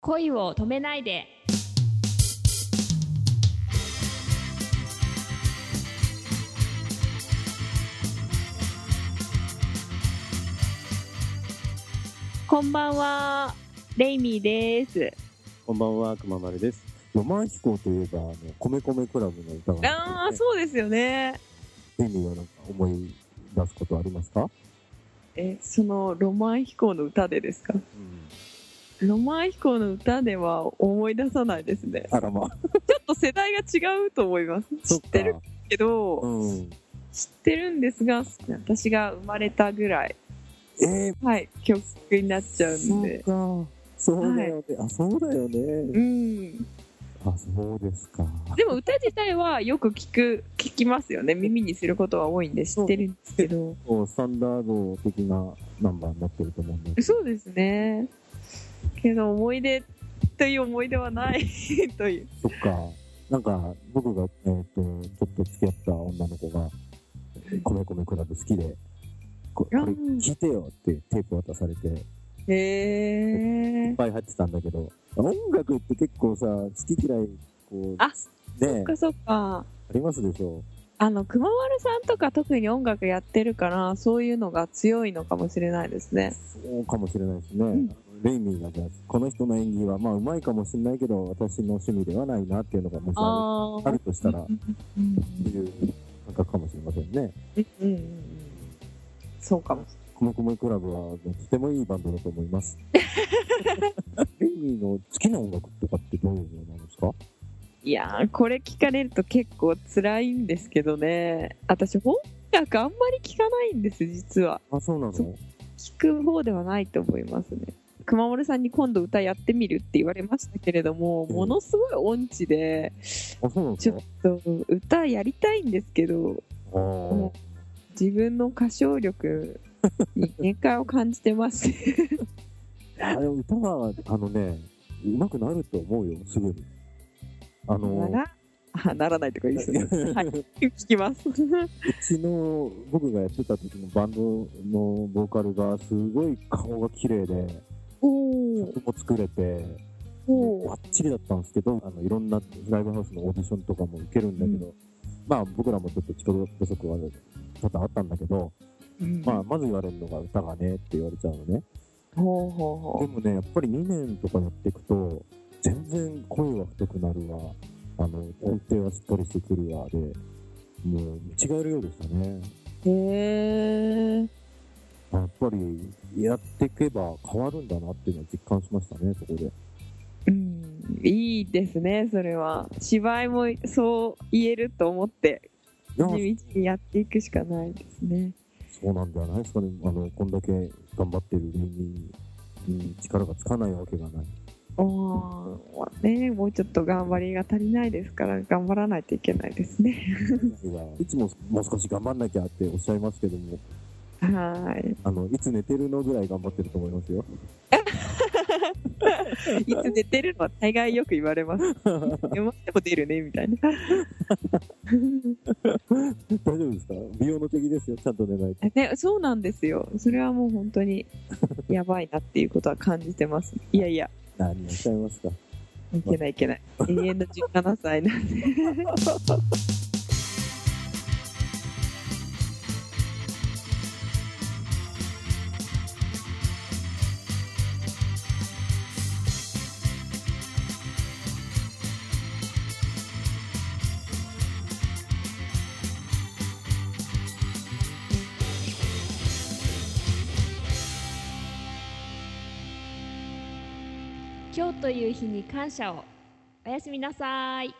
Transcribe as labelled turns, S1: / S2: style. S1: 恋を止めないでこんばんはレイミーです
S2: こんばんは、くままるです。ロマン飛行といえば、あの、米米クラブの歌が
S3: あ
S2: あ
S3: あ、そうですよね。
S2: う。レミはなんか思い出すことありますか
S3: え、そのロマン飛行の歌でですか。
S2: うん。
S3: ロマン飛行の歌では思い出さないです ね。ち
S2: あらまあ。
S3: ょっと世代が違うと思います。知
S2: そ
S3: っ
S2: か
S3: てるけど、
S2: うん。
S3: 知ってるんですが、私が生まれたぐらい、
S2: えー、
S3: はい、曲になっちゃうんで。
S2: そうか。そうだよね。あ、そうだよ
S3: う
S2: ね。
S3: ん、
S2: あ、そうですか。
S3: でも歌自体はよく聞く聞きますよね耳にすることは多いんで知ってるんですけど
S2: こうスタンダード的なナンバーになってると思うん で。
S3: そうですねけど思い出という思い出はない という
S2: そっか。なんか、僕が、えっ、と、ちょっと付き合った女の子が、米米クラブ好きで、ここれ
S3: うん
S2: 聞いてよってテープ渡されて、
S3: へ
S2: い
S3: え
S2: っ。ぱい入ってたんだけど音楽って結構さ好き嫌いこう
S3: あそ
S2: ね
S3: っかそっか。
S2: ありますでしょ
S3: あの、熊丸さんとか特に音楽やってるから、そういうのが強いのかもしれないですね。
S2: そうかもしれないですね、
S3: ん
S2: レイミーがじゃあこの人の演技はまあうまいかもしれないけど私の趣味ではないなっていうのがもしあ
S3: あ
S2: るあるとしたら
S3: うん
S2: という感覚かもしれませんね
S3: うんうんうん。そうかも。
S2: コモコモクラブはとてもいいバンドだと思います レイミーの好きな音楽とかってどういうのなんですか
S3: いやー、これ聞かれると結構辛いんですけどね。私、音楽あんまり聞かないんです、実は。
S2: あそうなの
S3: そ聞く方ではないと思いますね。熊丸さんに今度歌やってみるって言われましたけれども、
S2: うん
S3: ものすごい音痴で、
S2: あそうなんで
S3: ち
S2: す
S3: ょ
S2: か
S3: っと歌やりたいんですけど、
S2: あー
S3: 自分の歌唱力に限界を感じてます
S2: あれ歌はあのねうまくなると思うよすぐに あ
S3: な
S2: の
S3: らあならないとかいいですね はい
S2: う
S3: 聞き ます
S2: ちの僕がやってた時のバンドのボーカルがすごい顔が綺麗で
S3: おー
S2: 曲も作れて
S3: お
S2: バッチリだったんですけどあのいろんなライブハウスのオーディションとかも受けるんだけど、まあ僕らもちょっと力不足は多々あったんだけど、
S3: うん
S2: まあ、まず言われるのが歌がねって言われちゃうのね
S3: ほうほうほ
S2: で
S3: う
S2: もね、やっぱり2年とかやっていくと、全然声は太くなるわ、あの音程はしっかりしてくるわで、もう見違えるようでしたね。
S3: へえ
S2: やっぱりやっていけば変わるんだなっていうのは実感しましたね、そこで。
S3: うんいいですねそれは芝居もそう言えると思って
S2: いや
S3: 地道にやっていくしかないですね
S2: そうなんじゃないですかね、あのこんだけ頑張ってる人間に力がつかないわけがない。
S3: おーねもうちょっと頑張りが足りないですから頑張らないといけないですね
S2: いつももう少し頑張んなきゃっておっしゃいますけども、
S3: はい
S2: あのいつ寝てるのぐらい頑張ってると思いますよ。
S3: いつ寝てるのは大概よく言われます。寝ましても出るねみたいな。
S2: 大丈夫ですか美容の敵ですよ、ちゃんと寝ないと。
S3: ね、そうなんですよ。それはもう本当にやばいなっていうことは感じてます。いやいや、
S2: 何をおっしゃいますか
S3: いけないいけない。永遠の17歳なんで。
S1: 今日という日に感謝をおやすみなさい